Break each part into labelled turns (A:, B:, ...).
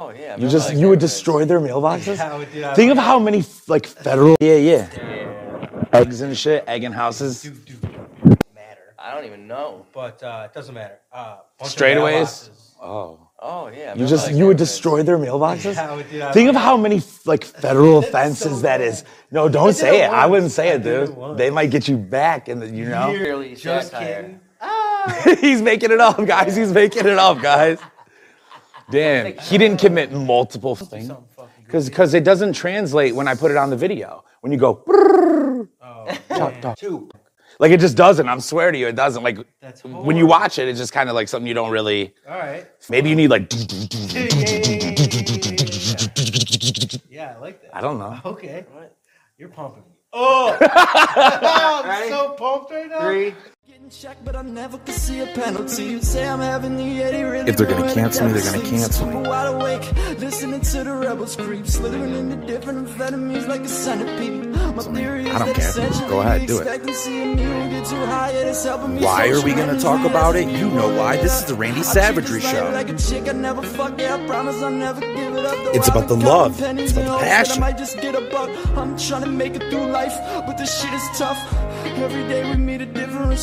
A: Oh yeah.
B: You just you would destroy their mailboxes.
A: Yeah, I would
C: uh,
A: do that.
B: Think of how many f- like federal yeah yeah eggs and shit, egg and houses.
C: do do don't matter,
A: I don't even know.
C: but uh, it doesn't matter. Uh, bunch of
B: Straightaways?
C: mailboxes.
B: Oh,
A: Oh yeah.
B: you just you would destroy their mailboxes.
C: Yeah, I would do that.
B: Think of how many f- like federal offenses
C: so
B: that
C: bad.
B: is. No, don't
C: did
B: say
C: it
B: it. I
C: once.
B: wouldn't say
C: I
B: it,
C: did it
B: dude.
C: once.
B: They might get you back, and you know
A: Clearly
C: Just
A: satire.
C: kidding.
B: he's making it up, guys. He's making it up, guys. Damn, he didn't commit multiple things
C: Something fucking good.
B: because because it doesn't translate when I put it on the video. When you go
C: Oh, Two.
B: like it just doesn't. I'm swear to you, it doesn't. Like
C: That's
B: when you watch it, it's just kind of like something you don't really.
C: All right.
B: Maybe you need like.
C: Yeah, yeah, yeah, yeah, yeah, yeah, yeah. Yeah, I like that.
B: I don't know.
C: Okay. You're pumping me. Oh, I'm
A: Ready?
C: so pumped right now.
A: Three.
D: Getting checked, but I never could see a penalty. You say I'm having the 80 really
E: If they're gonna
D: ruined
E: cancel me, they're
D: the
E: gonna
D: sleep.
E: cancel me.
D: Super wide awake, listening to the rebels creep, slithering into different amphetamines like a centipede. My
E: I mean,
D: theory
E: I
D: is
E: don't
D: that
E: care.
D: essentially
E: Go ahead,
D: the
E: do it.
D: expectancy of me will get too high, and it's helping me
E: Why are we
D: social
E: gonna talk about it? You know why. This is the
D: I
E: Randy
D: treat
E: Savagery
D: this life
E: Show.
D: Like a chick, I never fuck yeah, I promise I'll never give it up. though
E: It's
D: I've
E: about
D: been
E: the
D: counting
E: love. It's
D: pennies
E: about the
D: and hopes that I
E: passion.
D: might just get a buck. I'm trying to make it through life, but this shit is tough. Every day we meet a different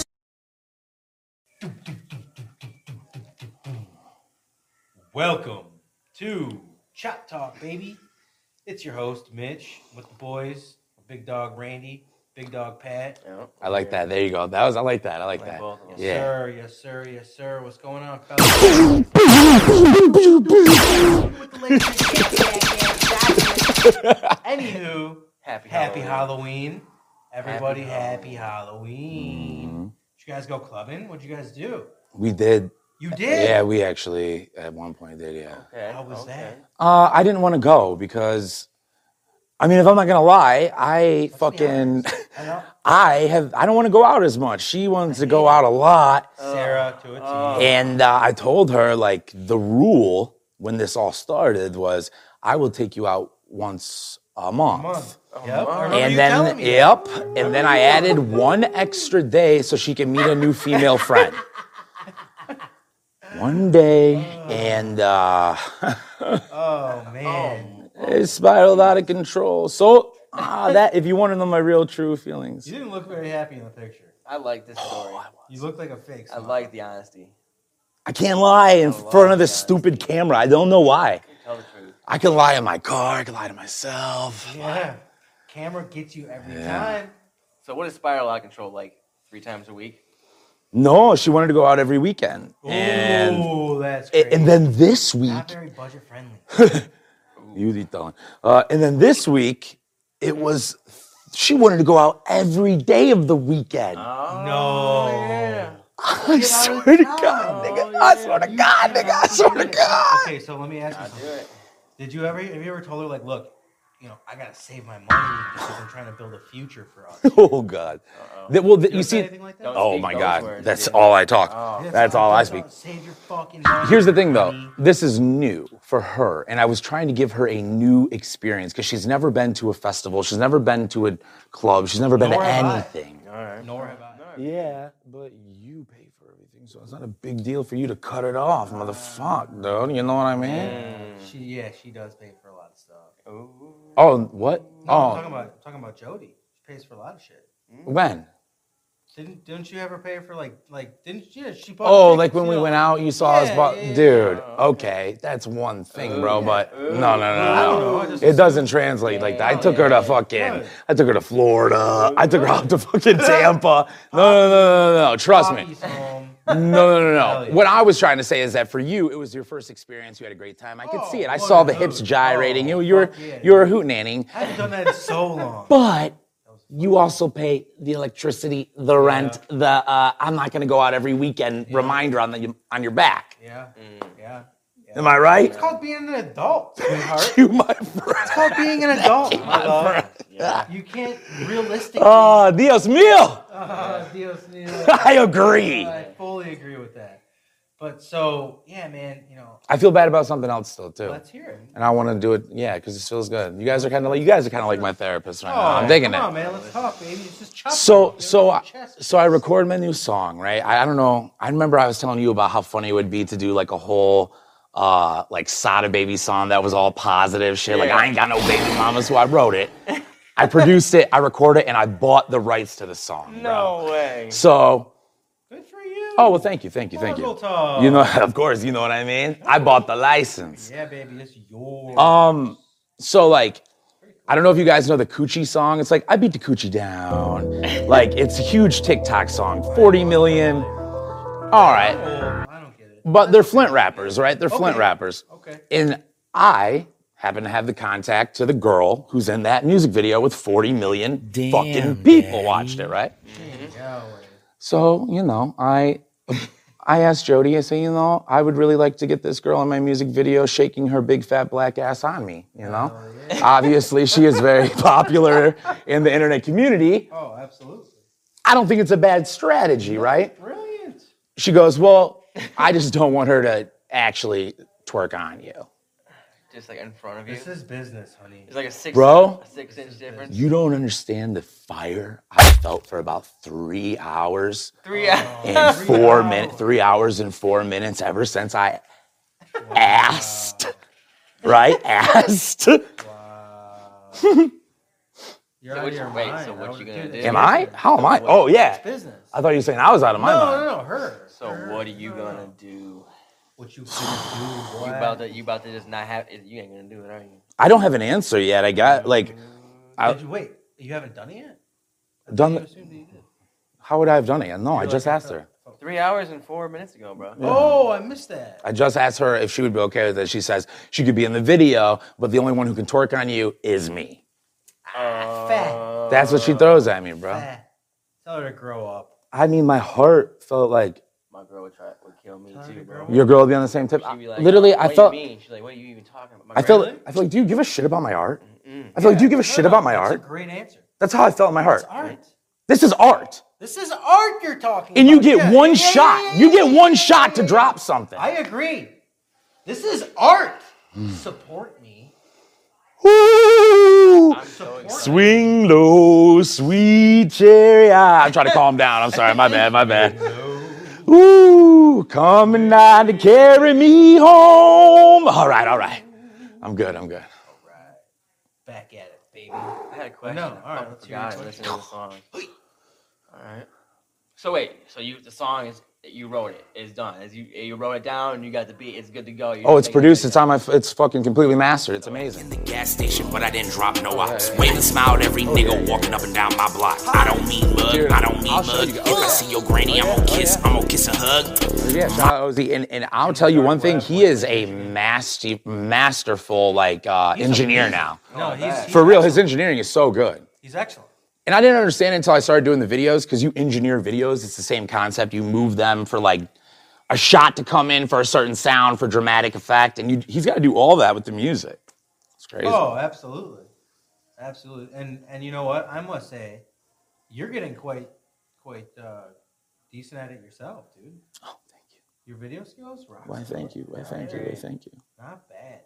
C: Welcome to Chop Talk, baby. It's your host, Mitch, with the boys, Big Dog Randy, Big Dog Pat.
A: No.
B: I like that. There you go. That was. I like that. I like that.
A: both of them.
B: Yeah.
C: Sir, yes, sir, yes, sir. What's going on, fellas? Anywho,
A: Happy
C: happy
A: Halloween.
C: Halloween. Everybody,
A: Happy
C: happy Halloween. Did you guys go clubbing? What'd you guys do?
B: We did.
C: You did?
B: Yeah, we actually at one point did. Yeah.
A: Okay.
C: How was
A: okay.
C: that?
B: Uh, I didn't want to go because, I mean, if I'm not gonna lie, I fucking,
C: I know.
B: I have. I don't want to go out as much. She wants to go out a lot,
C: Sarah to a T.
B: and uh, I told her like the rule when this all started was I will take you out once a month.
C: month. Yep. I
A: month.
C: remember you
B: And
C: telling
B: then,
C: me.
B: yep. And then I added one extra day so she can meet a new female friend. One day, and uh,
C: Oh man,
B: it spiraled out of control. So, ah, that if you want to know my real true feelings,
C: you didn't look very happy in the picture.
A: I like this
B: Oh,
A: story.
C: You look like a fake.
A: I
C: smile.
A: like the honesty.
B: I can't lie in front of this stupid camera. I don't know why.
A: Tell the truth.
B: I can lie in my car, I can lie to myself.
C: Yeah. Camera gets you every
B: Yeah.
C: time.
A: So what is spiral out of control like? Three times a week?
B: No, she wanted to go out every weekend. And,
C: Ooh, that's crazy.
B: and then this week,
C: not very budget friendly.
B: You did that one. Uh, and then this week, it was she wanted to go out every day of the weekend.
A: Ah.
C: Oh, no.
B: I swear to God, nigga. I swear to God, nigga. I swear to God.
C: Okay, so let me ask you
A: Do
C: something.
A: it.
C: Did you ever have you ever told her like, look, you know, I gotta save my money because I'm trying to build a future for us. You
B: Oh God. Th- well, th- you
C: ever say
B: see.
C: anything like that?
A: Don't
B: Oh
A: speak
B: my
A: those
B: God,
A: words,
B: that's
A: dude.
B: all I talk.
C: Yeah,
B: That's
C: so
B: all I
C: just
B: speak.
C: don't Save your fucking money.
B: Here's the thing though,
C: honey.
B: this is new for her, and I was trying to give her a new experience because she's never been to a festival, she's never been to a club, she's never been
C: Nor
B: to
C: have I.
B: anything.
C: Nor have I.
B: Yeah, but you pay for everything, so it's not a big deal for you to cut it off, motherfuck,
C: Mm.
B: dude. You know what I mean?
C: She yeah, she does pay for a lot of stuff.
B: Oh, what?
C: I'm talking
B: Oh,
C: about I'm talking about Jody. She pays for a lot of shit.
B: when?
C: Didn't didn't you ever pay her for like like didn't yeah she bought
B: Oh,
C: tickets,
B: like when
C: you
B: we
C: know.
B: went out, you saw us,
C: Yeah,
B: but
C: yeah, yeah.
B: dude, okay, that's one thing, bro. But no, no,
C: I don't
B: no,
C: know. I
B: no,
C: just-
B: it doesn't translate like that. I took her to fucking, I took her to Florida. I took her out to fucking Tampa. No, no, no, no, no, no. Trust me.
C: Poppy's home.
B: No, no, no,
C: Hell
B: no.
C: yeah.
B: What I was trying to say is that for you, it was your first experience. You had a great time. I could see it. I saw the hips
C: dude.
B: gyrating. You,
C: Oh,
B: you were,
C: fuck yeah.
B: you were hoot nannying.
C: I haven't done that in so long.
B: But you also pay the electricity, the rent, the uh, I'm not going to go out every weekend reminder on the on your back.
C: Yeah,
B: Mm.
C: yeah. yeah.
B: Am I right?
C: It's called being an adult, sweetheart.
B: You, my friend.
C: It's called being an adult, my love. You can't realistically.
B: Oh, Dios mío.
C: Ah, Dios mío.
B: I agree.
C: I fully agree with that. But so yeah, man. You know,
B: I feel bad about something else still too,
C: let's hear it.
B: and I want to do it. Yeah, because it feels good. You guys are kind of like you guys are kind of like my therapist right now. I'm
C: Oh,
B: digging
C: come
B: it.
C: on, man. Let's talk, baby. It's just chopping.
B: So
C: Get
B: so
C: off
B: I,
C: your chest.
B: so I record my new song, right? I, I don't know. I remember I was telling you about how funny it would be to do like a whole uh, like Sada Baby song that was all positive shit. Like
A: Yeah.
B: I ain't got no baby mama, so I wrote it. I produced it, I recorded it, and I bought the rights to the song. bro.
A: No way.
B: So,
C: Good for you.
B: oh well, thank you, thank you, thank you.
C: Mazel tov.
B: You know, of course, you know what I mean. I bought the license.
C: Yeah, baby, it's yours.
B: Um, so like, I don't know if you guys know the Coochie song. It's like I beat the Coochie down. like it's a huge TikTok song, 40 million. All right,
C: Oh, I don't get it.
B: but they're Flint rappers, right? They're Flint rappers.
C: Okay.
B: And I happen to have the contact to the girl who's in that music video with 40 million fucking people watched it, right?
C: Yahweh.
B: So, you know, I I asked Jody, I say, you know, I would really like to get this girl in my music video shaking her big fat black ass on me, you know? Obviously, she is very popular in the internet community.
C: Oh, absolutely.
B: I don't think it's a bad strategy, right?
C: Brilliant.
B: She goes, "Well, I just don't want her to actually twerk on you."
A: Just like in front of you.
C: This is business, honey.
A: It's like a six,
B: Bro.
A: a six inch difference.
B: You don't understand the fire I felt for about 3 hours
C: Oh.
A: Three hours.
B: and 4 minutes, 3 hours and 4 minutes ever since I asked. Right? Asked.
C: Wow.
A: So
C: You're
A: what
C: out of
A: you-
C: your
A: wait,
C: mind.
A: so what
C: I
A: you
C: would-
A: gonna
C: dude,
A: do?
C: it's
B: Am I? How am I? Oh yeah.
C: Business.
B: I thought you were saying I was out of my
C: No,
B: mind.
C: no, no, her.
A: So
C: Her.
A: what are you gonna do?
C: What you gonna do? Boy?
A: You about to you about to just not have you ain't gonna do it, are you?
B: I don't have an answer yet. I got like I-
C: Did you wait? You haven't done it yet. You
B: done.
C: assumed that you did.
B: How would I have done it? No, I just asked her.
A: Three hours and four minutes ago, bro.
C: Oh, I missed that.
B: I just asked her if she would be okay with it. She says she could be in the video, but the only one who can twerk on you is me.
A: Uh,
C: Fat.
B: That's what she throws at me, bro.
A: Oh.
C: Fat. Tell her to grow up.
B: I mean, my heart felt like
A: My girl would try would kill me
C: Tiny
A: too, bro.
C: girl.
B: your girl would be on the same tip.
A: She'd be like,
B: Literally,
A: what
B: I
A: do
B: felt.
A: You mean? She's like, what are you even talking about? My
B: I feel.
A: girl-
B: I feel like, do you give a shit about my art? I feel like, do you give a
C: No,
B: shit
C: no,
B: about my
C: that's
B: art?
C: A great answer.
B: That's how I felt in my heart.
C: It's art.
B: This is art,
C: This is art you're talking.
B: and you
C: about.
B: get
C: Yeah,
B: one
C: yeah, yeah,
B: shot.
C: yeah,
B: you
C: yeah,
B: get
C: yeah,
B: one
C: yeah,
B: shot
C: yeah,
B: to
C: yeah.
B: drop something.
C: I agree. This is art.
B: Mm.
C: Support me.
B: Ooh,
A: I'm so excited.
B: swing low, sweet cherry. eye. I'm trying to calm down. I'm sorry. My bad. My bad. Ooh, coming down to carry me home. All right. All right. I'm good. I'm good.
C: Back at it, baby.
A: I had a question.
C: No, all
A: I
C: right,
A: fucking
C: let's hear your
A: forgot
C: question.
A: listening to the song. all right. So wait, so you the song is you wrote it. It's done. Is you you wrote it down and you got the beat. It's good to go. You
B: Oh,
A: just
B: it's
A: make it
B: produced.
A: big.
B: It's on my. f- It's fucking completely mastered. It's amazing.
F: in the gas station, but I didn't drop no ops. Wave and smile at every nigga walking up and down my block. I don't mean mug, I don't mean mug. If I see your granny, I'm gonna kiss, I'm gonna kiss and hug.
B: Yeah, shout out Ozzy. And, and I'll tell you one thing. He is a master, masterful like uh, engineer now.
C: No, he's, he's
B: For real, his engineering is so good.
C: He's excellent.
B: And I didn't understand it until I started doing the videos because you engineer videos. It's the same concept. You move them for like a shot to come in for a certain sound for dramatic effect, and you, he's got to do all that with the music. It's crazy.
C: Oh, absolutely, absolutely. And and you know what? I must say, you're getting quite quite uh, decent at it yourself, dude.
B: Oh, thank you.
C: Your video skills, rock.
B: Why? Thank you. Why? Thank you. Why? Thank you.
C: Not bad.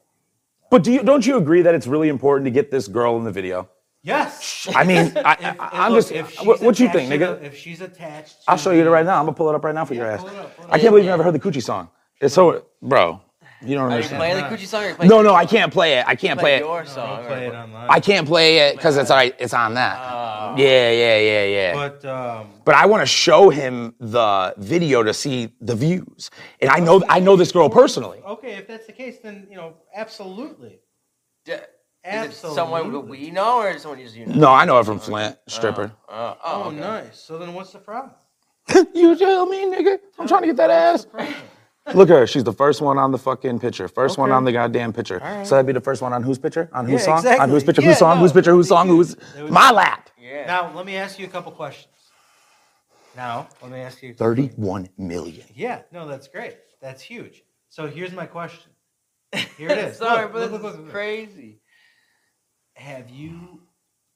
B: But do you don't you agree that it's really important to get this girl in the video?
C: Yes.
B: I mean, I, I,
C: If-
B: I'm
C: look,
B: just.
C: if she's
B: What, what you think,
C: attached to
B: nigga?
C: the- if she's attached, to
B: I'll show you it
C: the-
B: right now. I'm gonna pull it up right now for your ass.
C: pull it up, pull it
B: I can't believe you never heard the Coochie song. It's so, bro. You don't
A: Are you
B: understand.
A: playing the Coochie song? Or playing
B: No, no, I can't play it. I can't play
A: play
B: it.
A: your
C: No,
A: song.
C: don't play it online.
B: I can't play it because it's all right. It's on that.
A: Uh,
B: Yeah, yeah, yeah, yeah.
C: Oh. But um,
B: But I want to show him the video to see the views, and I know I know this girl personally.
C: okay, if that's the case, then you know, absolutely.
A: d- is it someone that
C: Absolutely.
A: we know or someone just you know?
B: No, I know her from Flint, stripper.
A: Uh,
C: Oh,
A: oh, okay.
C: nice. So then, what's the problem? Oh.
B: You tell me, nigga. I'm trying to get that
C: What's
B: ass.
C: the problem?
B: Look at her. She's the first one on the fucking picture. First one on the goddamn picture. So that'd be the first one on whose picture? On whose
C: Yeah,
B: song? On
C: exactly.
B: whose picture?
C: Yeah,
B: whose song?
C: no.
B: Whose picture? Whose song? Who's
C: There was-
B: my lap?
A: Yeah.
C: Now, let me ask you a couple questions. Now, let me ask you. a couple-
B: 31 million.
C: Yeah, no, that's great. That's huge. So here's my question. Here it is.
A: Sorry,
C: Look,
A: but
C: look,
A: this
C: look,
A: is
C: look, look.
A: crazy.
C: Have you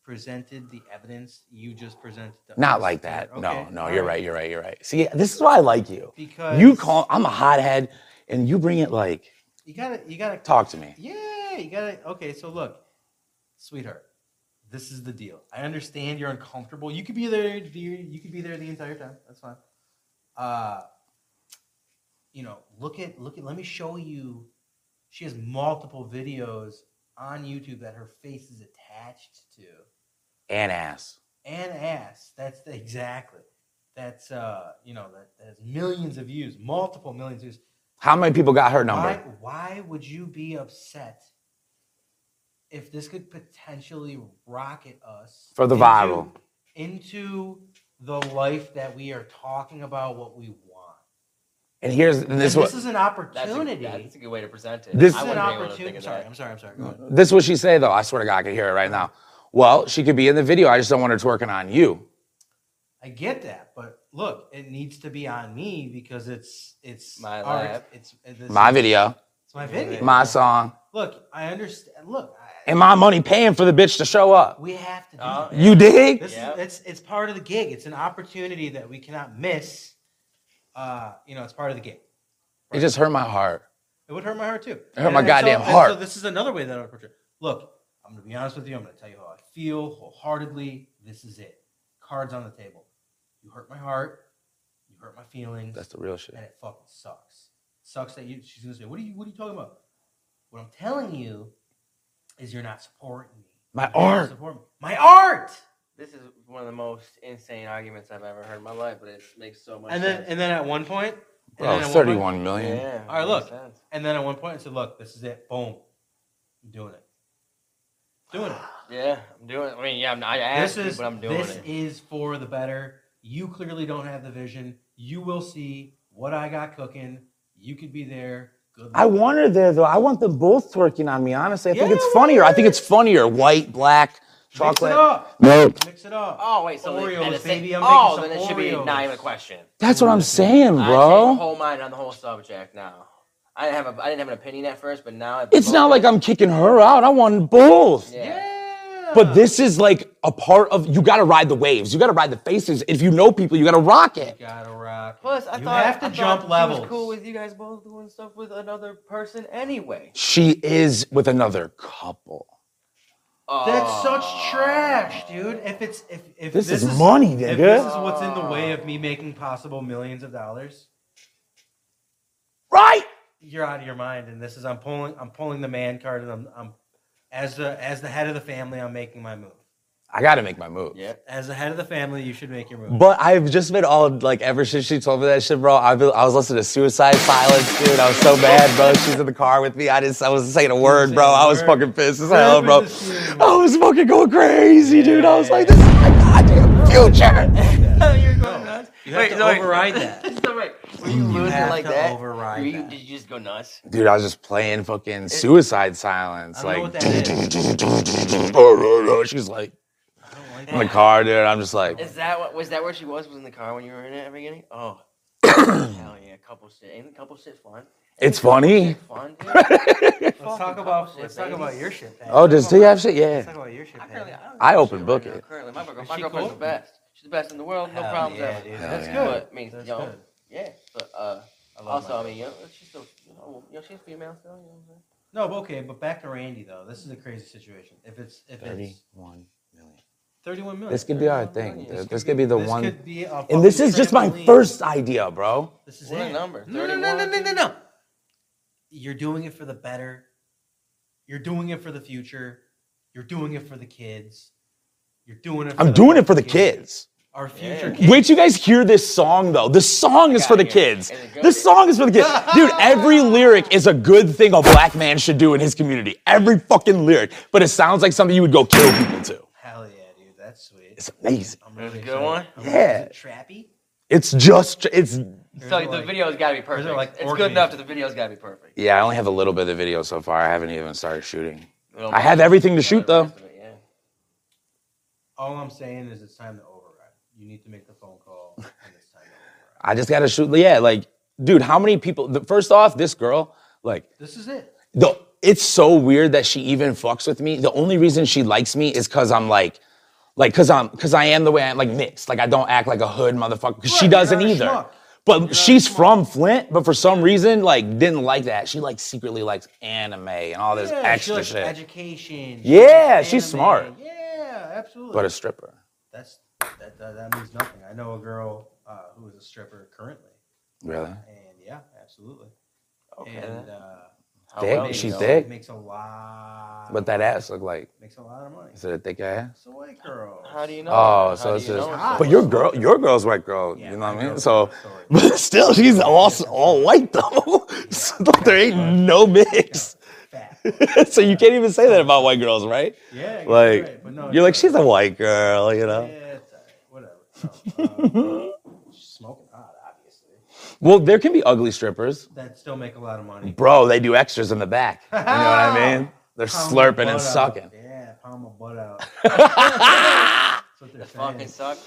C: presented the evidence you just presented? To
B: Not
C: us
B: like that.
C: here?
B: No,
C: Okay,
B: no,
C: all
B: you're right, you're right, you're right. See, this is why I like you.
C: Because
B: you call I'm a hothead and you bring it like
C: You gotta. You gotta
B: talk to me.
C: Yeah, you gotta. Okay, so look, sweetheart, this is the deal. I understand you're uncomfortable. You could be there. You could be there the entire time. That's fine. Uh, you know, look at look at. Let me show you She has multiple videos on YouTube that her face is attached to
B: and ass.
C: and ass. That's the, exactly. That's uh, you know, that, that has millions of views, multiple millions of views.
B: How many people got her number?
C: Why, why would you be upset if this could potentially rocket us
B: For the
C: into-
B: viral.
C: into the life that we are talking about what we want?
B: And here's and this
C: And
B: what
C: this is an
A: That's a,
C: opportunity.
A: that's a good way to present it.
B: This-
C: This
A: I
C: is an
A: wouldn't be able to think
C: opportunity.
A: of
C: Sorry,
A: that.
C: I'm sorry. I'm sorry. Go ahead.
B: this what she say though. I swear to God, I can hear it right now. Well, she could be in the video. I just don't want her twerking on you.
C: I get that, but look, it needs to be on me because it's it's
A: My
C: art,
A: lab.
C: It's, it's
B: My video,
C: It's my video.
B: my song,
C: Look, I understand. Look, I,
B: and my money paying for the bitch to show up.
C: we have to do
A: Oh,
C: that.
B: You dig?
C: This
A: Yeah.
C: is it's it's part of the gig. It's an opportunity that we cannot miss. Uh, you know, it's part of the gig.
B: It just hurt my heart.
C: It would hurt my heart too.
B: It hurt my
C: And- and
B: goddamn
C: so, and
B: heart.
C: so this is another way that I would portray. Look, I'm gonna be honest with you. I'm gonna tell you how I feel wholeheartedly. This is it. Cards on the table. You hurt my heart. You hurt my feelings.
B: That's the real shit.
C: and it fucking sucks. Sucks that you. She's gonna say, "What are you? What are you talking about?" What I'm telling you is, you're not supporting me.
B: My
C: You're not
B: art.
C: supporting me. My art.
A: This is one of the most insane arguments I've ever heard in my life, but it makes so much
C: And then,
A: sense.
C: and then at one point, and
B: Bro,
C: then at one point-
B: Oh, thirty-one million.
A: yeah,
C: All right,
A: makes
C: look.
A: sense.
C: and then at one point, I said, "Look, this is it. Boom, I'm doing it. Doing it.
A: Yeah, I'm doing it. I mean, yeah, I'm, I asked
C: this
A: you,
C: is
A: but I'm doing
C: this
A: it.
C: is for the better. You clearly don't have the vision. You will see what I got cooking. You could be there. Good luck.
B: I want her there though. I want them both twerking on me. Honestly, I think
C: Yeah,
B: it's funnier. I think it's funnier. White, black,
C: Mix it
B: chocolate.
C: up.
B: No,
C: Mix it up.
A: Oh wait, so
C: Oreos,
A: then it's-
C: baby, I'm
A: oh,
C: making
A: then
C: some
A: it should be
C: Oreos.
A: not even a question.
B: that's what I'm saying,
A: I changed my
B: bro.
A: whole mind on the whole subject now. I didn't have a, I didn't have an opinion at first, but now
B: It's not like I'm kicking her out. I want both.
A: yeah.
B: But this is like a part of you got to ride the waves. You got to ride the faces. If you know people, you got to rock it.
C: Gotta rock.
A: Plus, I
C: you
A: thought
C: have to
A: I thought
C: jump
A: she
C: levels.
A: Was cool with you guys both doing stuff with another person anyway.
B: She is with another couple.
C: That's such trash, dude. If it's if if
B: This is money,
C: if
B: nigga.
C: this is what's in the way of me making possible millions of dollars,
B: Right?
C: you're out of your mind. And this is I'm pulling I'm pulling the man card, and I'm, I'm as the as the head of the family, I'm making my move.
B: I got to make my move.
A: Yeah.
C: As the head of the family, you should make your move.
B: But I've just been all like ever since she told me that shit, bro. I've been, I was listening to Suicide Silence, dude. I was so mad, bro. She's in the car with me. I just I wasn't saying a word, bro. I was
C: word.
B: fucking pissed as hell, bro.
C: Purpose is huge.
B: I was fucking going crazy, dude. I was like, this is my goddamn future.
A: You're going nuts.
C: You have
A: Wait,
C: to
A: so wait.
C: override that.
A: So wait, were you losing
C: have
A: like
C: to
A: that?
C: override
A: Were you,
C: that.
A: Did you just go nuts?
B: Dude, I was just playing fucking Suicide Silence,
C: I
B: like.
C: don't know what that is.
B: She's like
C: I don't like
B: in the
C: that.
B: car, dude. I'm just like,
A: Is that what was that where she was? Was in the car when you were in it at the beginning? Oh, hell yeah, couple shit. Ain't couple shit fun? Ain't
B: It's
A: couple
B: funny.
A: shit Fun, dude. Let's
C: Let's talk about let's talk about your shit. Pat.
B: oh, does he have shit? Yeah.
C: Let's talk about your shit.
A: I,
C: Pat.
A: currently, I, don't
B: I
A: give a
B: open
A: shit
B: book
A: right now,
B: it.
A: Currently, my, girl,
C: Is
A: my
C: she
A: girlfriend's
C: cool?
A: the best. She's the best in the world. No
C: Hell
A: problems
C: yeah,
A: ever.
C: dude.
B: Hell
C: That's
B: yeah.
C: good.
A: But, I mean,
C: That's
A: yo,
C: good.
A: yeah. But uh,
C: I love
A: also,
C: my
A: I mean, yo, she's still, you know, yo, she's female still. You know what I'm saying?
C: No, but okay, but back to Randy though. This is a crazy situation. If it's if it's
B: Thirty-one million.
C: 31 million.
B: This could be our thing.
A: This
B: dude. This could be the
C: this
B: one.
C: Could be a
B: And this
C: fucking
B: is just my
C: trampoline.
B: first idea, bro.
C: This is
A: What a
C: it.
A: number,
C: No, no, no, no,
A: 31,
C: no, no,
A: dude.
C: no. You're doing it for the better. You're doing it for the future. You're doing it for the kids. You're doing it. For
B: I'm
C: the
B: doing it for the
C: fucking
B: kids.
C: Our future
A: Yeah.
C: kids.
B: Wait, till you guys hear this song though. The song is for the kids. This song is for the kids. Dude, every lyric is a good thing a black man should do in his community. Every fucking lyric. But it sounds like something you would go kill people to.
C: Hell yeah, dude. That's sweet.
B: It's amazing.
C: I'm
A: There's a
C: really
A: good one.
C: excited.
B: Yeah.
C: Is it trappy?
B: It's just, it's,
C: Or is
A: So
C: it
A: the
C: like-
A: video's got to be perfect.
C: like
A: it's
C: org
A: good enough that
C: music?
A: the video's got to be perfect.
B: yeah, I only have a little bit of video so far. I haven't even started shooting. I have everything to shoot though.
A: Yeah.
C: All I'm saying is it's time to override. You need to make the phone call, and it's time to override.
B: I just gotta shoot. Yeah, like, dude, how many people, the, first off, this girl, like,
C: This is it.
B: the it's so weird that she even fucks with me. The only reason she likes me is because I'm like, like, cause I'm, cause I am the way I'm like mixed. Like I don't act like a hood motherfucker. 'cause she
C: Right,
B: doesn't
C: you're not a
B: either.
C: schmuck.
B: But she's from Flint, but for some reason, like, didn't like that. She like secretly likes anime and all this
C: Yeah, she
B: extra
C: likes
B: shit.
C: Education. she
B: Yeah,
C: likes
B: she's
C: anime.
B: smart.
C: Yeah, absolutely.
B: but a stripper.
C: that's that, that, that means nothing. I know a girl uh, who is a stripper currently,
B: Really?
C: and yeah, absolutely.
A: Okay.
C: And
A: then.
C: uh,
B: Thick?
A: well
B: She
A: you know.
B: thick?
C: Makes a lot.
B: But that ass looked like
C: makes a lot of money.
B: is it a thick ass?
C: It's a white girl.
A: How do you know?
B: Oh,
A: How
B: so
A: do
B: it's
A: you
B: just.
A: know it's
B: But
A: a-
B: your girl, your girl's white girl.
C: Yeah,
B: you know what
C: my
B: I mean?
C: girl's
B: So,
C: white, sorry.
B: but still, she's all all white though. so there ain't no mix.
C: Fat.
B: so you can't even say that about white girls, right?
C: Yeah. you're
B: Like
C: right, but no,
B: you're like
C: it's
B: she's a white girl, you
C: all
B: know.
C: right. Yeah, it's all right, whatever. No, uh, she's smoking hot, obviously.
B: Well, there can be ugly strippers,
C: That still make a lot of money.
B: bro. They do extras in the back. You know what I mean? They're
C: Palm
B: slurping
C: my
B: and
C: butt out.
B: sucking.
C: Yeah, palm my butt out. That's what they're
A: fucking
C: saying.
A: suck,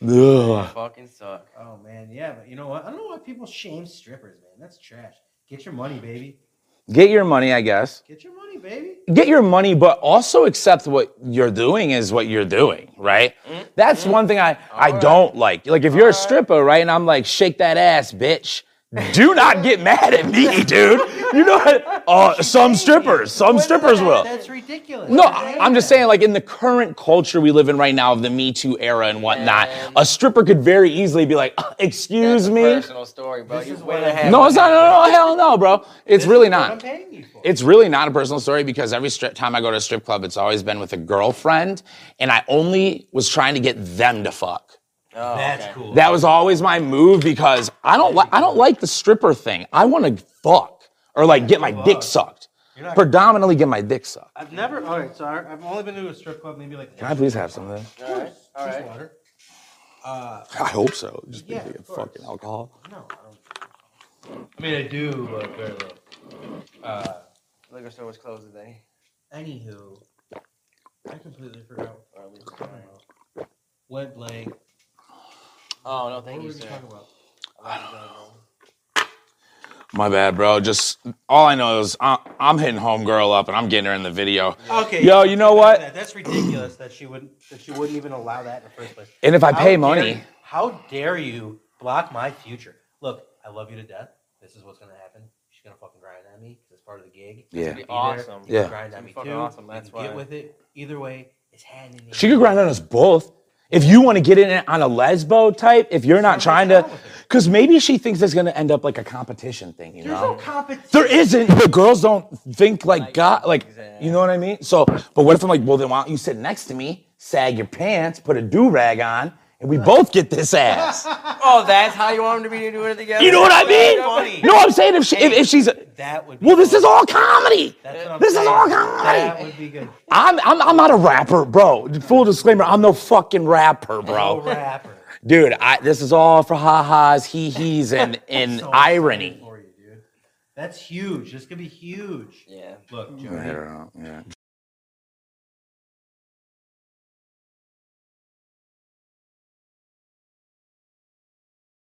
A: dude.
B: Ugh.
A: Fucking suck.
C: Oh man, yeah, but you know what? I don't know why people shame strippers, man. That's trash. Get your money, baby.
B: Get your money, I guess.
C: Get your money, baby.
B: get your money, but also accept what you're doing is what you're doing, right? That's one thing I, I don't like. Like if you're a stripper, right, and I'm like, shake that ass, bitch. Do not get mad at me, dude. You know what? Uh, some strippers, some strippers will.
C: That's ridiculous.
B: No, I- I'm just saying, like in the current culture we live in right now of the Me Too era and whatnot, a stripper could very easily be like, "Uh, "Excuse
A: That's a
B: me."
A: Personal story, bro.
C: This
A: You
C: is
A: way to
C: what I-
A: have.
B: No, it's not. No, no, hell no, bro. It's really not.
C: I'm paying you for.
B: It's really not a personal story because every strip time I go to a strip club, it's always been with a girlfriend, and I only was trying to get them to fuck.
A: Oh,
C: That's
A: okay.
C: cool.
B: That was always my move because I don't like I don't like the stripper thing. I want to fuck or like get my dick sucked. Predominantly get my dick sucked.
C: I've never. All right, so I- I've only been to a strip club maybe like.
B: Can I please have some of that?
A: All right. All
C: Just
A: right.
C: water.
B: I hope so. Just
C: Yeah,
B: because
C: of
B: of
C: course.
B: fucking alcohol.
C: No, I don't. I mean, I do, but very little. Uh,
A: Liquor store was closed today.
C: anywho, I completely forgot. Or at least I don't know. Went blank.
A: Oh no,
C: What
A: thank
C: were
A: you,
C: we
A: sir.
C: talking about? I don't know.
B: My bad, bro. Just all I know is I, I'm hitting homegirl up and I'm getting her in the video.
C: Okay.
B: Yo, you know what?
C: That- That's ridiculous that she would that she wouldn't even allow that in the first place.
B: And if I
C: How
B: pay
C: dare
B: money,
C: you- how dare you block my future? Look, I love you to death. This is what's gonna happen. She's gonna fucking grind at me. It's part of the gig.
B: Yeah.
C: Be there.
A: Awesome.
C: You can
B: Yeah.
C: Grind at
A: Be
C: me
A: fucking
C: too.
A: awesome,
C: You
A: that's
C: can Get
A: why.
C: with it. Either way, it's hand in hand.
B: She could grind on us both. If you want to get in on a lesbo type, if you're not trying to, because maybe she thinks it's going to end up like a competition thing, you
C: There's
B: know?
C: no competition.
B: There isn't. The girls don't think like God, like,
A: exactly.
B: you know what I mean? So, but what if I'm like, well, then why don't you sit next to me, sag your pants, put a do rag on, and we both get this ass?
A: Oh, that's how you want them to be doing it together.
B: You know what I
C: Funny.
B: mean? No, I'm saying if, she, if, if she's, a,
C: That would. Be
B: well, this
C: fun.
B: is all comedy.
C: That's what I'm
B: This is
C: saying.
B: all comedy.
C: That would be good.
B: I'm, I'm, I'm not a rapper, bro. Full disclaimer, I'm no fucking rapper, bro.
C: No rapper.
B: Dude, I, this is all for ha-has, he-he's, and, and
C: So excited
B: irony.
C: for you, dude. That's huge. This could be huge.
A: Yeah.
C: Look, Jody,
B: Yeah.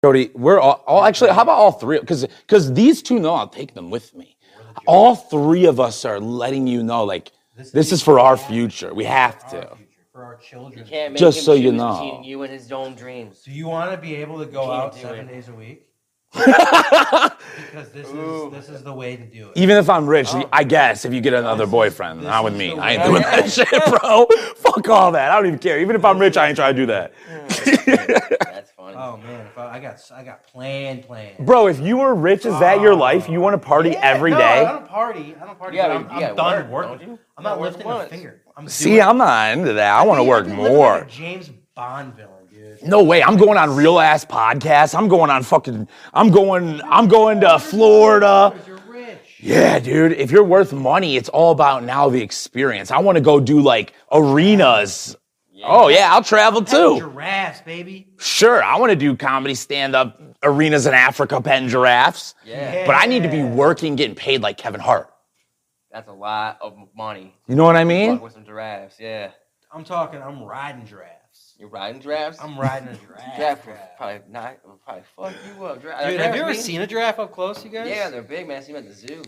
B: Jody, we're all, all actually. How about all three? Because because these two know I'll take them with me. All three of us are letting you know, like
C: This
B: this
C: is-
B: is for our future. We have
C: for
B: to.
C: our future, for our children.
A: Can't make
B: Just
A: him
B: so you
A: choose
B: know.
A: between you and his own dreams.
C: Do you want to be able to go
A: can't
C: out
A: do
C: seven
A: it.
C: days a week? because this is this is the way to do it.
B: Even if I'm rich, I guess if you get another boyfriend,
C: Oh. this
B: not with
C: is
B: me.
C: the
B: I ain't
C: way.
B: doing that shit, bro. Fuck all that. I don't even care. Even if I'm rich, I ain't trying to do that.
A: That's funny.
C: Oh man, if I, I got I got planned planned.
B: Bro, if you were rich, is that your life? You want to party every
C: no,
B: day?
C: I don't party. I don't party.
A: Yeah,
C: but I'm,
A: you gotta
C: I'm done
A: work, don't
C: working.
A: you? You
C: I'm not
A: gotta work
C: lifting a
A: once.
C: finger. I'm
B: See,
C: doing-
B: I'm not into that. I want to
C: I've
B: work
C: been living like
B: more.
C: a James Bond villain, dude.
B: No way. I'm going on real ass podcasts. I'm going on fucking. I'm going. I'm going to Florida.
C: Because you're rich.
B: Yeah, dude. If you're worth money, it's all about now the experience. I want to go do like arenas. Oh yeah, I'll travel
C: Pet
B: too.
C: Giraffes, baby.
B: Sure, I want to do comedy stand up arenas in Africa, pen giraffes.
A: Yeah.
B: But I need to be
C: Yeah.
B: working, getting paid like Kevin Hart.
A: That's a lot of money.
B: You know what I
A: Fuck
B: mean?
A: with some giraffes. Yeah.
C: I'm talking. I'm riding giraffes.
A: You're riding giraffes.
C: I'm riding a giraffe.
A: Giraffe will
C: giraffe.
A: probably not. will Probably fuck you up. Giraffe-
C: Dude, have
A: giraffes
C: you ever
A: mean-
C: seen a giraffe up close, you guys?
A: Yeah, they're big, man. I seen them at the zoo.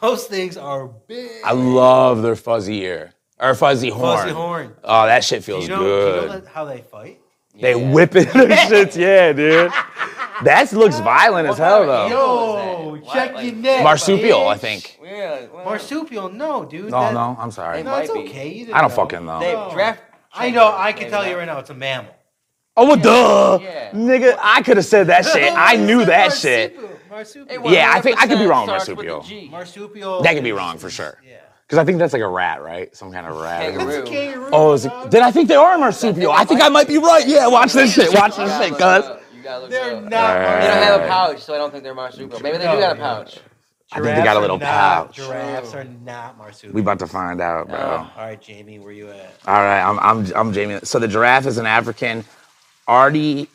C: Those things are big.
B: I love their fuzzy ear or fuzzy horn.
C: Fuzzy horn.
B: Oh, that shit feels
C: you know,
B: good.
C: Do you know that- how they fight?
B: They
A: Yeah.
B: whip it their shits, yeah, dude. That looks violent as hell
A: kind of
B: though.
A: eel?
C: Yo,
A: What was that?
C: check
A: Why-
C: your
A: like-
C: neck.
B: Marsupial,
C: bitch.
B: I think.
A: Yeah. Well,
C: Marsupial, no, dude.
B: No,
C: that-
B: no, I'm sorry.
A: They-
C: No, it's
A: Might be.
C: okay. You didn't
B: I don't
C: know.
B: fucking know.
A: They
C: No.
A: giraffe.
C: I know. I can
A: Maybe
C: tell you
A: not.
C: right now, it's a mammal.
B: Oh well, duh,
A: Yeah.
B: nigga. I could have said that shit. I knew that shit.
C: Marsupial. marsupial.
A: It
B: Yeah, I think- I could be
A: 100%
B: wrong,
A: starts with a
B: marsupial.
A: G.
C: marsupial.
B: That could be wrong for sure.
C: Yeah.
B: Because I think that's like a rat, right? Some kind of rat.
A: Kangaroo.
C: Kangaroo.
B: Oh, is it, then I think they are marsupial. I think I might be right. Yeah, watch this shit. Watch
A: You
B: this
A: gotta
B: shit,
A: look
B: cuz.
A: it up. You gotta look it
C: They're
A: up.
C: not.
A: They
B: Alright.
A: don't have a
B: Alright.
A: pouch, so I don't think they're marsupial. Maybe they do
C: No,
A: got a
C: yeah.
A: pouch.
B: I think they got a little pouch.
C: Giraffes are not marsupial.
B: We about to find out, bro.
A: Oh.
C: All right, Jamie, where you at?
B: All right, I'm, I'm, I'm Jamie. So the giraffe is an African arty,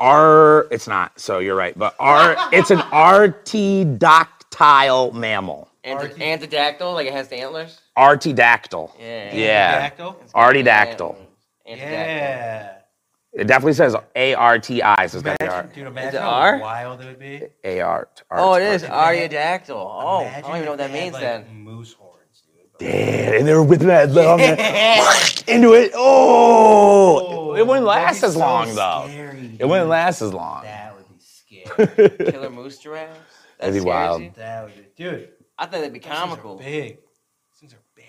B: ar, it's not, so you're right, but ar, it's an artidactyle mammal.
A: Ante-
C: Arty-
A: Antidactyl, like it has the antlers.
B: Artidactyl.
A: Yeah.
B: Yeah.
C: Dactyl?
B: Artidactyl.
A: Antidactyl.
C: Yeah.
B: It definitely says A R T I, so it's got to be
C: Imagine,
B: art.
C: dude, imagine
A: it
C: how
A: R?
C: wild it would be.
B: A art.
A: Oh, it is
C: Imagine
A: artiodactyl. Oh, I
C: Imagine
A: don't even know
C: if
A: what that
C: they had,
A: means
C: like,
A: then.
C: Moose horns, dude.
B: Damn, and they were whipping that long into it. Oh, it wouldn't
C: that'd be
B: last as
C: so
B: long though.
C: scary,
B: It wouldn't
C: dude.
B: last as long.
C: That would be scary.
A: Killer moose giraffes. That
B: That'd be
A: scares
B: wild.
A: you?
C: that would be, dude. these
A: I think that'd be
C: things are
A: comical.
C: Big. These Things are big.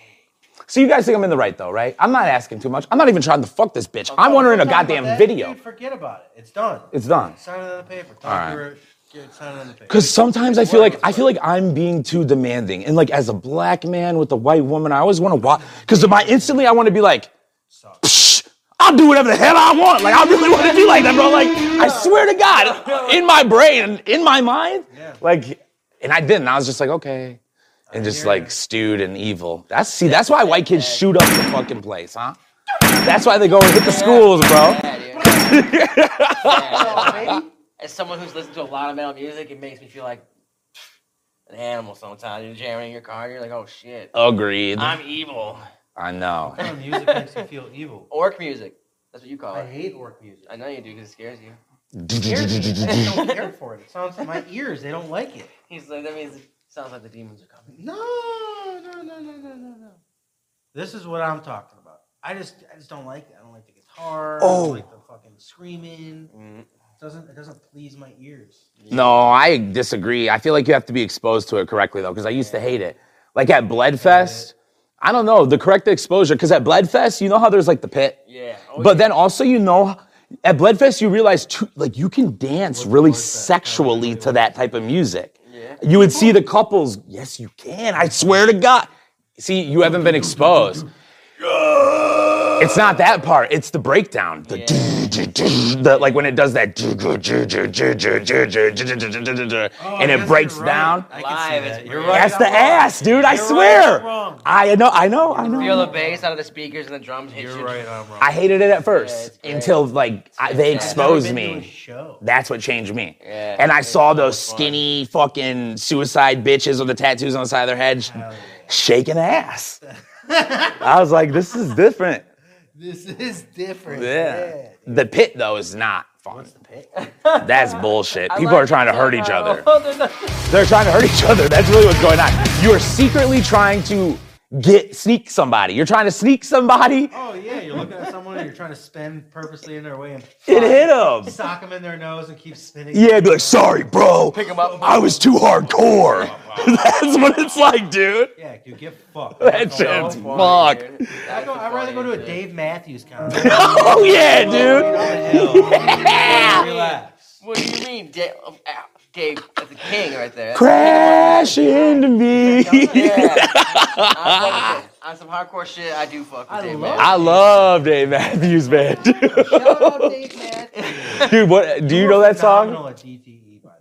B: So you guys think I'm in the right though, right? I'm not asking too much. I'm not even trying to fuck this bitch. I want her in a
C: Don't talk about
B: goddamn
C: that.
B: video.
C: Dude, forget about it. It's done.
B: It's done.
C: Sign it on the paper. Talk
B: Alright.
C: your, your- sign it on the paper.
B: Cause sometimes I feel like I feel like I'm being too demanding, and like as a black man with a white woman, I always want to watch. Cause my instantly I want to be like, Psh, I'll do whatever the hell I want. Like I really want to be like that, bro. Like I swear to God, in my brain, in my mind,
C: Yeah.
B: like, and I didn't. I was just like, okay, and just
C: hear ya.
B: like stewed in evil. That's see, that's why white kids shoot up the fucking place, huh? That's why they go and hit the schools, bro.
A: Yeah, dude. Yeah. As someone who's listened to a lot of metal music, it makes me feel like an animal sometimes. You're jamming in your car and you're like, oh shit,
B: Agreed.
A: I'm evil.
B: I know.
C: Kind of music makes you feel evil.
A: Orc music. That's what you call
C: I
A: it.
C: hate orc music.
A: Oh, I know you do because it scares you.
C: Scares me. I just don't care for it. It sounds my ears. They don't like it.
A: He's like, that means it sounds like the demons are coming.
C: No, no, no, no, no, no, no. This is what I'm talking about. I just, I just don't like it. I don't like the guitar. I
B: Oh.
C: don't like the fucking screaming. It doesn't, it doesn't please my ears.
B: No, I disagree. I feel like you have to be exposed to it correctly though, because I used to hate it. Like at Bloodfest, I don't know the correct exposure. Because at Bloodfest, you know how there's like the pit,
A: Yeah. Oh,
B: but then also you know at Bloodfest you realize too, like you can dance really sexually to that type of music.
A: Yeah.
B: You would see the couples. Yes, you can. I swear to God. See, you haven't been exposed. It's not that part. It's the breakdown. The, the- like when it does that, and
C: Yes,
B: it breaks
C: Oh, you're right.
B: down.
C: I
A: Live
C: can
A: is
C: see that. You're
A: great.
C: right.
B: That's
C: I'm
B: the
C: wrong.
B: ass, dude. I
C: You're right,
B: swear.
C: I'm wrong.
B: I know. I know. I know.
A: Feel the bass out of the speakers and the drums hit
C: You're
A: you.
C: right. I'm wrong.
B: I hated it at first
A: it's great.
B: until like
A: I've never
B: I, they
C: I've never
B: exposed
C: been to a
B: me.
C: show.
B: That's what changed me.
A: Yeah,
B: and I
A: it's
B: saw
A: so
B: those
A: much fun.
B: skinny fucking suicide bitches with the tattoos on the side of their head sh-
C: Hell yeah.
B: shaking ass. I was like, this is different.
C: This is different.
B: Yeah. The pit though is not fun.
C: pit?
B: That's bullshit. People are trying to hurt each other.
A: Oh, they're not-
B: They're trying to hurt each other. That's really what's going on. You're secretly trying to get sneak somebody. You're trying to sneak somebody
C: Oh yeah, you're looking at someone and you're trying to spin purposely in their way and
B: and hit them.
C: sock them in their nose and keep spinning.
B: Yeah, be like, sorry, bro.
A: Pick 'em up.
B: I was too hardcore. That's what it's like, dude.
C: Yeah, dude, get fucked.
B: That shit's
A: so funny,
B: fucked.
A: dude.
C: I
A: That's
C: go,
A: the
C: I'd rather go to a
A: funniest shit.
C: Dave Matthews concert. On
B: Oh yeah,
C: the
B: dude.
C: hill. Relax.
A: What do you mean, Dave? Oh, ow, Dave, that's a king right there.
B: Crash into me.
A: Yeah. I fuck with Dave. On some hardcore shit, I do fuck with
C: I
A: Dave,
C: love
A: man.
B: I love Dave Matthews, man. Dude,
C: Shout out Dave Matthews.
B: Dude, what? Do you know that song?
C: Phenomenal At DTE, E, by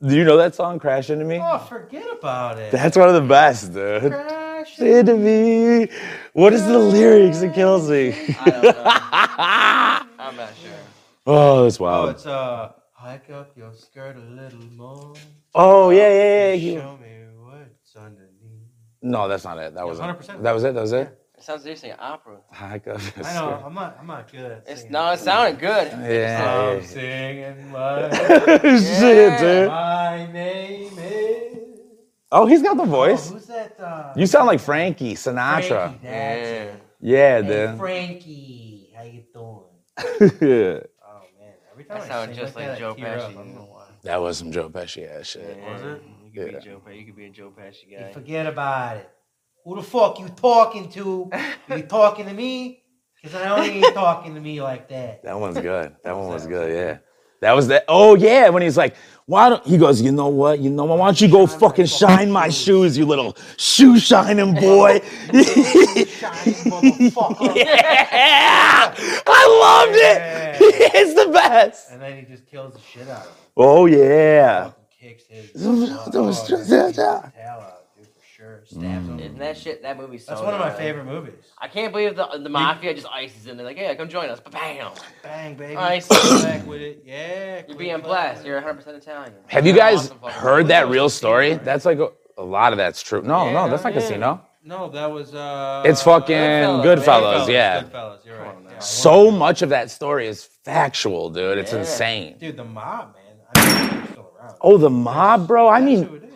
C: the
B: Do you know that song, Crash into me?
C: way. Oh, forget about it.
B: That's one of the best, dude.
C: Crash.
B: into me. What is the lyrics? It kills me.
A: I don't know. I'm not sure.
B: Oh, that's
C: Oh,
B: wild.
C: it's uh, hike up your skirt a little more.
B: Oh yeah, yeah, yeah. yeah.
C: Show me what's underneath.
B: No, that's not it. That was it.
C: 100%.
B: That was it. That was it.
A: It sounds interesting. Opera.
B: I
C: I know. I'm not. I'm not good. At
A: It's
C: singing.
A: no, it sounded good.
B: Yeah.
C: I'm singing my,
B: Shit, dude.
C: my name is.
B: Oh, he's got the
C: Oh,
B: voice.
C: who's that? Uh,
B: You sound like Frankie Sinatra.
C: Frankie. That's
A: Yeah.
C: it.
B: Yeah,
C: Hey,
B: dude.
C: Frankie, how you doing? Oh man, every time
A: That
C: I
A: sounded
C: sing
A: just
C: like,
A: like
C: that, I
A: Joe
C: tear up.
A: Pesci.
C: I don't know why.
B: that was some Joe Pesci ass shit.
A: Was
C: it?
A: You could be
B: Yeah.
A: a Joe Pesci. You could be a Joe Pesci
C: Hey,
A: guy.
C: forget about it. Who the fuck you talking to? you talking to me? Cause I know you ain't talking to me like that.
B: That one's good. That one was good. Yeah. That was the oh yeah when he's like why don't he goes you know what you know what why don't you go fucking shine my shoes you little shoe shining boy yeah I loved it it's the best
C: And then he just kills the shit out of him.
B: oh yeah
C: Fucking Kicks his
B: That was
C: Oh,
B: just-
C: yeah, kicks his
B: yeah.
C: tail out, dude, for sure. Stabs him.
A: Isn't that shit? That movie's so
C: That's one of my
A: good.
C: favorite movies.
A: I can't believe the the mafia just ices in. They're like, yeah, come join us. Bam.
C: Bang, baby.
A: Nice.
C: Back with it. Yeah.
A: You're
C: quick
A: being
C: clap.
A: blessed. You're 100 percent Italian.
B: have you
A: You're an
B: guys
A: awesome fucking
B: heard
A: person.
B: that real story that's like a, a lot of that's true no
C: Yeah,
B: no that's not
C: yeah.
B: casino
C: No, that was. uh
B: It's fucking
A: Goodfellas,
B: Goodfellas,
A: Goodfellas,
B: yeah.
C: Goodfellas, you're right. Yeah, I wanna-
B: So much of that story is factual, dude. It's
A: Yeah.
B: insane.
C: Dude, the mob, man. I mean, they're still around.
B: Oh, the mob, bro. I
C: That's
B: mean,
C: who it is.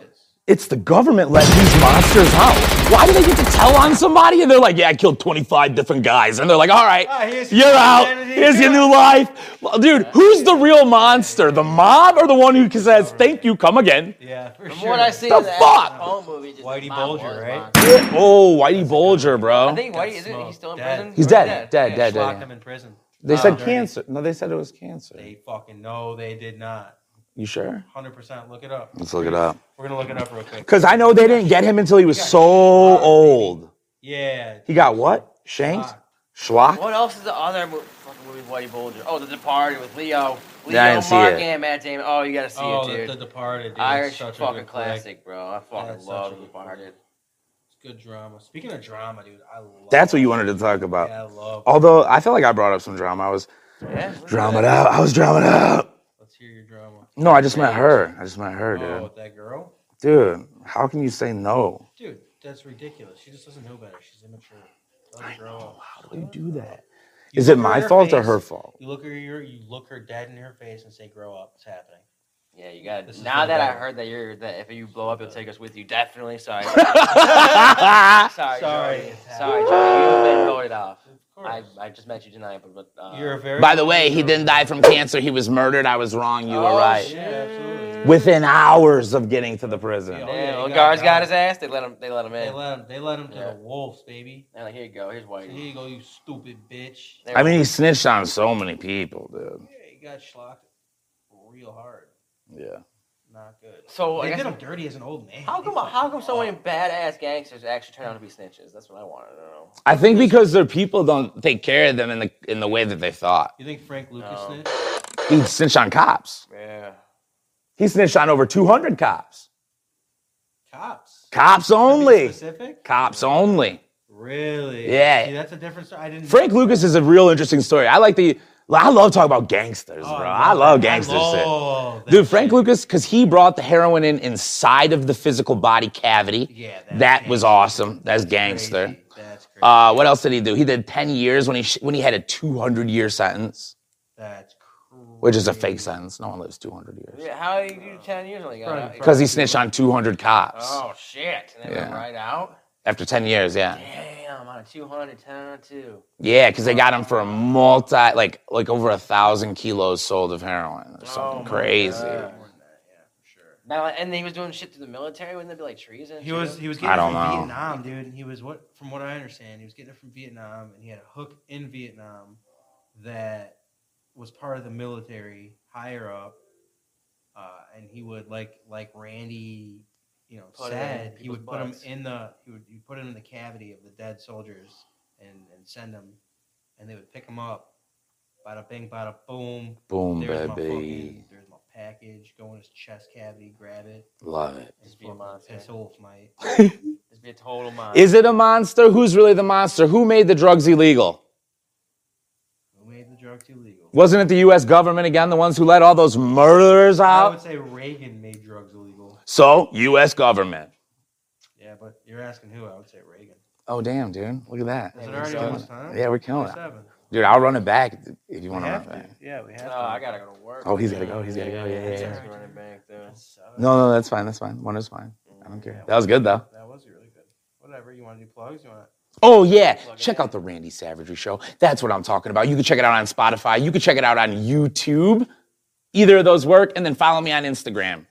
B: it's the government let these monsters out. Why do they get to tell on somebody? And they're like, yeah, I killed 25 different guys. And they're like, all right,
C: Ah, here's
B: you're
C: your
B: out.
C: identity.
B: Here's your new life. Well, dude, who's the real monster? The mob or the one who says, thank you, come again?
C: Yeah, for
A: From
C: sure.
A: what I see
B: The
A: in that
B: fuck?
A: home movie, just
C: Whitey
A: my
C: Bulger,
A: boys,
C: right?
A: my-
B: Oh, Whitey Bulger, bro.
A: I think
C: Got
A: Whitey is it? He's
C: smoked.
A: still in
C: Dead.
A: prison.
B: He's
A: Or
B: dead, dead,
C: They
B: dead,
C: locked
B: dead.
C: him in prison.
B: They
C: Uh,
B: said
C: dirty.
B: cancer. No, they said it was cancer.
C: They fucking no, they did not.
B: You sure?
C: 100%. Look it up.
B: Let's look it up.
C: We're gonna look it up real quick.
B: Because I know they didn't get him until he was so old.
C: Yeah.
B: He got what? Shanked? Schlock?
A: What else is the other mo- fucking movie? Whitey Bulger. Oh, The Departed with Leo. Leo,
B: Yeah, I didn't see
A: Mark,
B: it.
A: and Matt Damon. Oh, you gotta see
C: Oh,
A: it,
C: the,
A: dude.
C: the Departed. Dude.
A: Irish
C: such a
A: fucking
C: good flick.
A: classic, bro. I fucking
C: That's
A: love
C: such a
A: The
C: good flick.
A: Departed.
C: It's good drama. Speaking of drama, dude, I love.
B: That's what you wanted to talk about.
C: Yeah, I love.
B: Although I feel like I brought up some drama. I was
A: Yeah.
B: drama it out. I was drama it out.
C: Let's hear your drama.
B: No, I just met her. I just met her, dude.
C: Oh, with that girl,
B: Dude, how can you say no?
C: dude, that's ridiculous. She just doesn't know better. She's immature. Let her grow up.
B: How do you do that?
C: You
B: Is it
C: look
B: my
C: her in her
B: fault or her
C: face,
B: fault?
C: You look her, your, you look her dead in her face and say, "Grow up." It's happening.
A: Yeah, you got.
C: This
A: to
C: is
A: Now
C: for the
A: that I
C: better.
A: heard that you're that if you blow up, you'll take us with you. Definitely. Sorry. sorry.
C: Sorry.
A: Sorry. Sorry. Jordan. You've been voted off.
C: Of course.
A: I, I just met you tonight, but uh,
C: You're a very.
B: By the way, he didn't die from cancer. He was murdered. I was wrong. You were
A: Oh,
B: right.
C: Yeah, absolutely.
B: Within hours of getting to the prison.
C: Yeah. Oh,
A: yeah,
C: you
A: well,
C: got
A: guards got
C: it.
A: his ass. They let him. They let him
C: They
A: in.
C: let him. They let him to
A: Yeah.
C: the wolves, baby.
A: They're like, here you go. Here's
C: Here
A: Whitey.
C: you go, you stupid bitch.
A: They
B: I
A: were-
B: mean, he snitched on so many people, dude.
C: Yeah, he got schlocked real hard.
B: Yeah.
C: Not good.
A: So, I
C: they
A: guess-
C: did him dirty as an old man.
A: how
C: They
A: come? How
C: fucking
A: come so many
C: suck.
A: badass gangsters actually turn out to be snitches? That's what I want to know.
B: I think because their people don't take care of them in the in the way that they thought.
C: You think Frank Lucas
A: No.
C: snitched?
B: He snitched on cops.
A: Yeah.
B: He snitched on over 200 cops.
C: Cops. To be
B: Cops only.
C: Specific.
B: Cops only.
C: Really?
B: Yeah.
C: See, that's a different story. I didn't.
B: Frank Lucas is a real interesting story. I like the. I love talking about gangsters,
C: Oh,
B: bro. I love
C: that. I
B: gangster shit.
A: eh?
C: love that
B: Dude, Frank
C: shit.
B: Lucas, because he brought the heroin in inside of the physical body cavity.
C: Yeah, that's
B: that was
C: gangster.
B: awesome. That's gangster.
C: Crazy. That's crazy.
B: Uh, what else did he do? He did 10 years when he sh- when he had a 200 year sentence,
C: that's crazy.
B: which is a fake sentence. No one lives 200 years.
A: Yeah. How do you do ten years only?
C: Probably-
A: Got out?
B: Because he snitched on 200 cops
A: Oh shit! And they went
B: Yeah.
A: right out.
B: after 10 years. Yeah.
A: Damn, on a 200 ton too.
B: Yeah, because they got him for a multi, like like over a thousand kilos sold of heroin or
C: Oh
B: something
A: my
B: crazy.
A: God.
C: More than that, yeah, for sure.
A: Now, and he was doing shit to the military. Wouldn't that be like treason?
C: He
A: too?
C: was he was
B: I
C: getting
B: don't
C: it from
B: know.
C: Vietnam, dude. He was what from what I understand, he was getting it from Vietnam, and he had a hook in Vietnam that was part of the military higher up, uh, and he would like like Randy, you know,
A: Put it in
C: said he would
A: people's
C: put him
A: butts.
C: in the he would you put him in the cavity of the dead soldiers and and send him, and they would pick him up. Bada bing, bada boom.
B: Boom,
C: There's my
B: baby,
C: fucking, there's my package. Go in his chest cavity, grab it.
B: love it.
A: Just
C: Just
A: be a monster.
C: piss off, mate.
A: Just be a total monster.
B: Is it a monster? Who's really the monster? Who made the drugs illegal?
C: Who made the drugs illegal?
B: Wasn't it the U.S. government again, the ones who let all those murderers
C: I
B: out?
C: would say Reagan made drugs illegal.
B: So U.S. government.
C: Yeah, but you're asking who? I would say Reagan.
B: Oh damn, dude, look at that.
C: Is it
A: we're
C: already
A: killing
C: almost
A: it.
C: time?
B: Yeah, we're killing it,
C: Seven.
B: dude. I'll run it back if you
C: We
B: want to run it
C: have to.
B: back.
C: Yeah, we have
A: Oh,
C: to.
A: I gotta go to work.
B: Oh, he's gotta go. He's gotta go. Yeah, yeah, yeah.
A: He's running back, though.
C: That sucks.
B: No, no, that's fine. That's fine. One is fine. I don't care. That was good though.
C: That was really good. Whatever. You want to do plugs? You want
B: Oh yeah, check out the Randy Savagery show. That's what I'm talking about. You can check it out on Spotify. You can check it out on YouTube. Either of those work, and then follow me on Instagram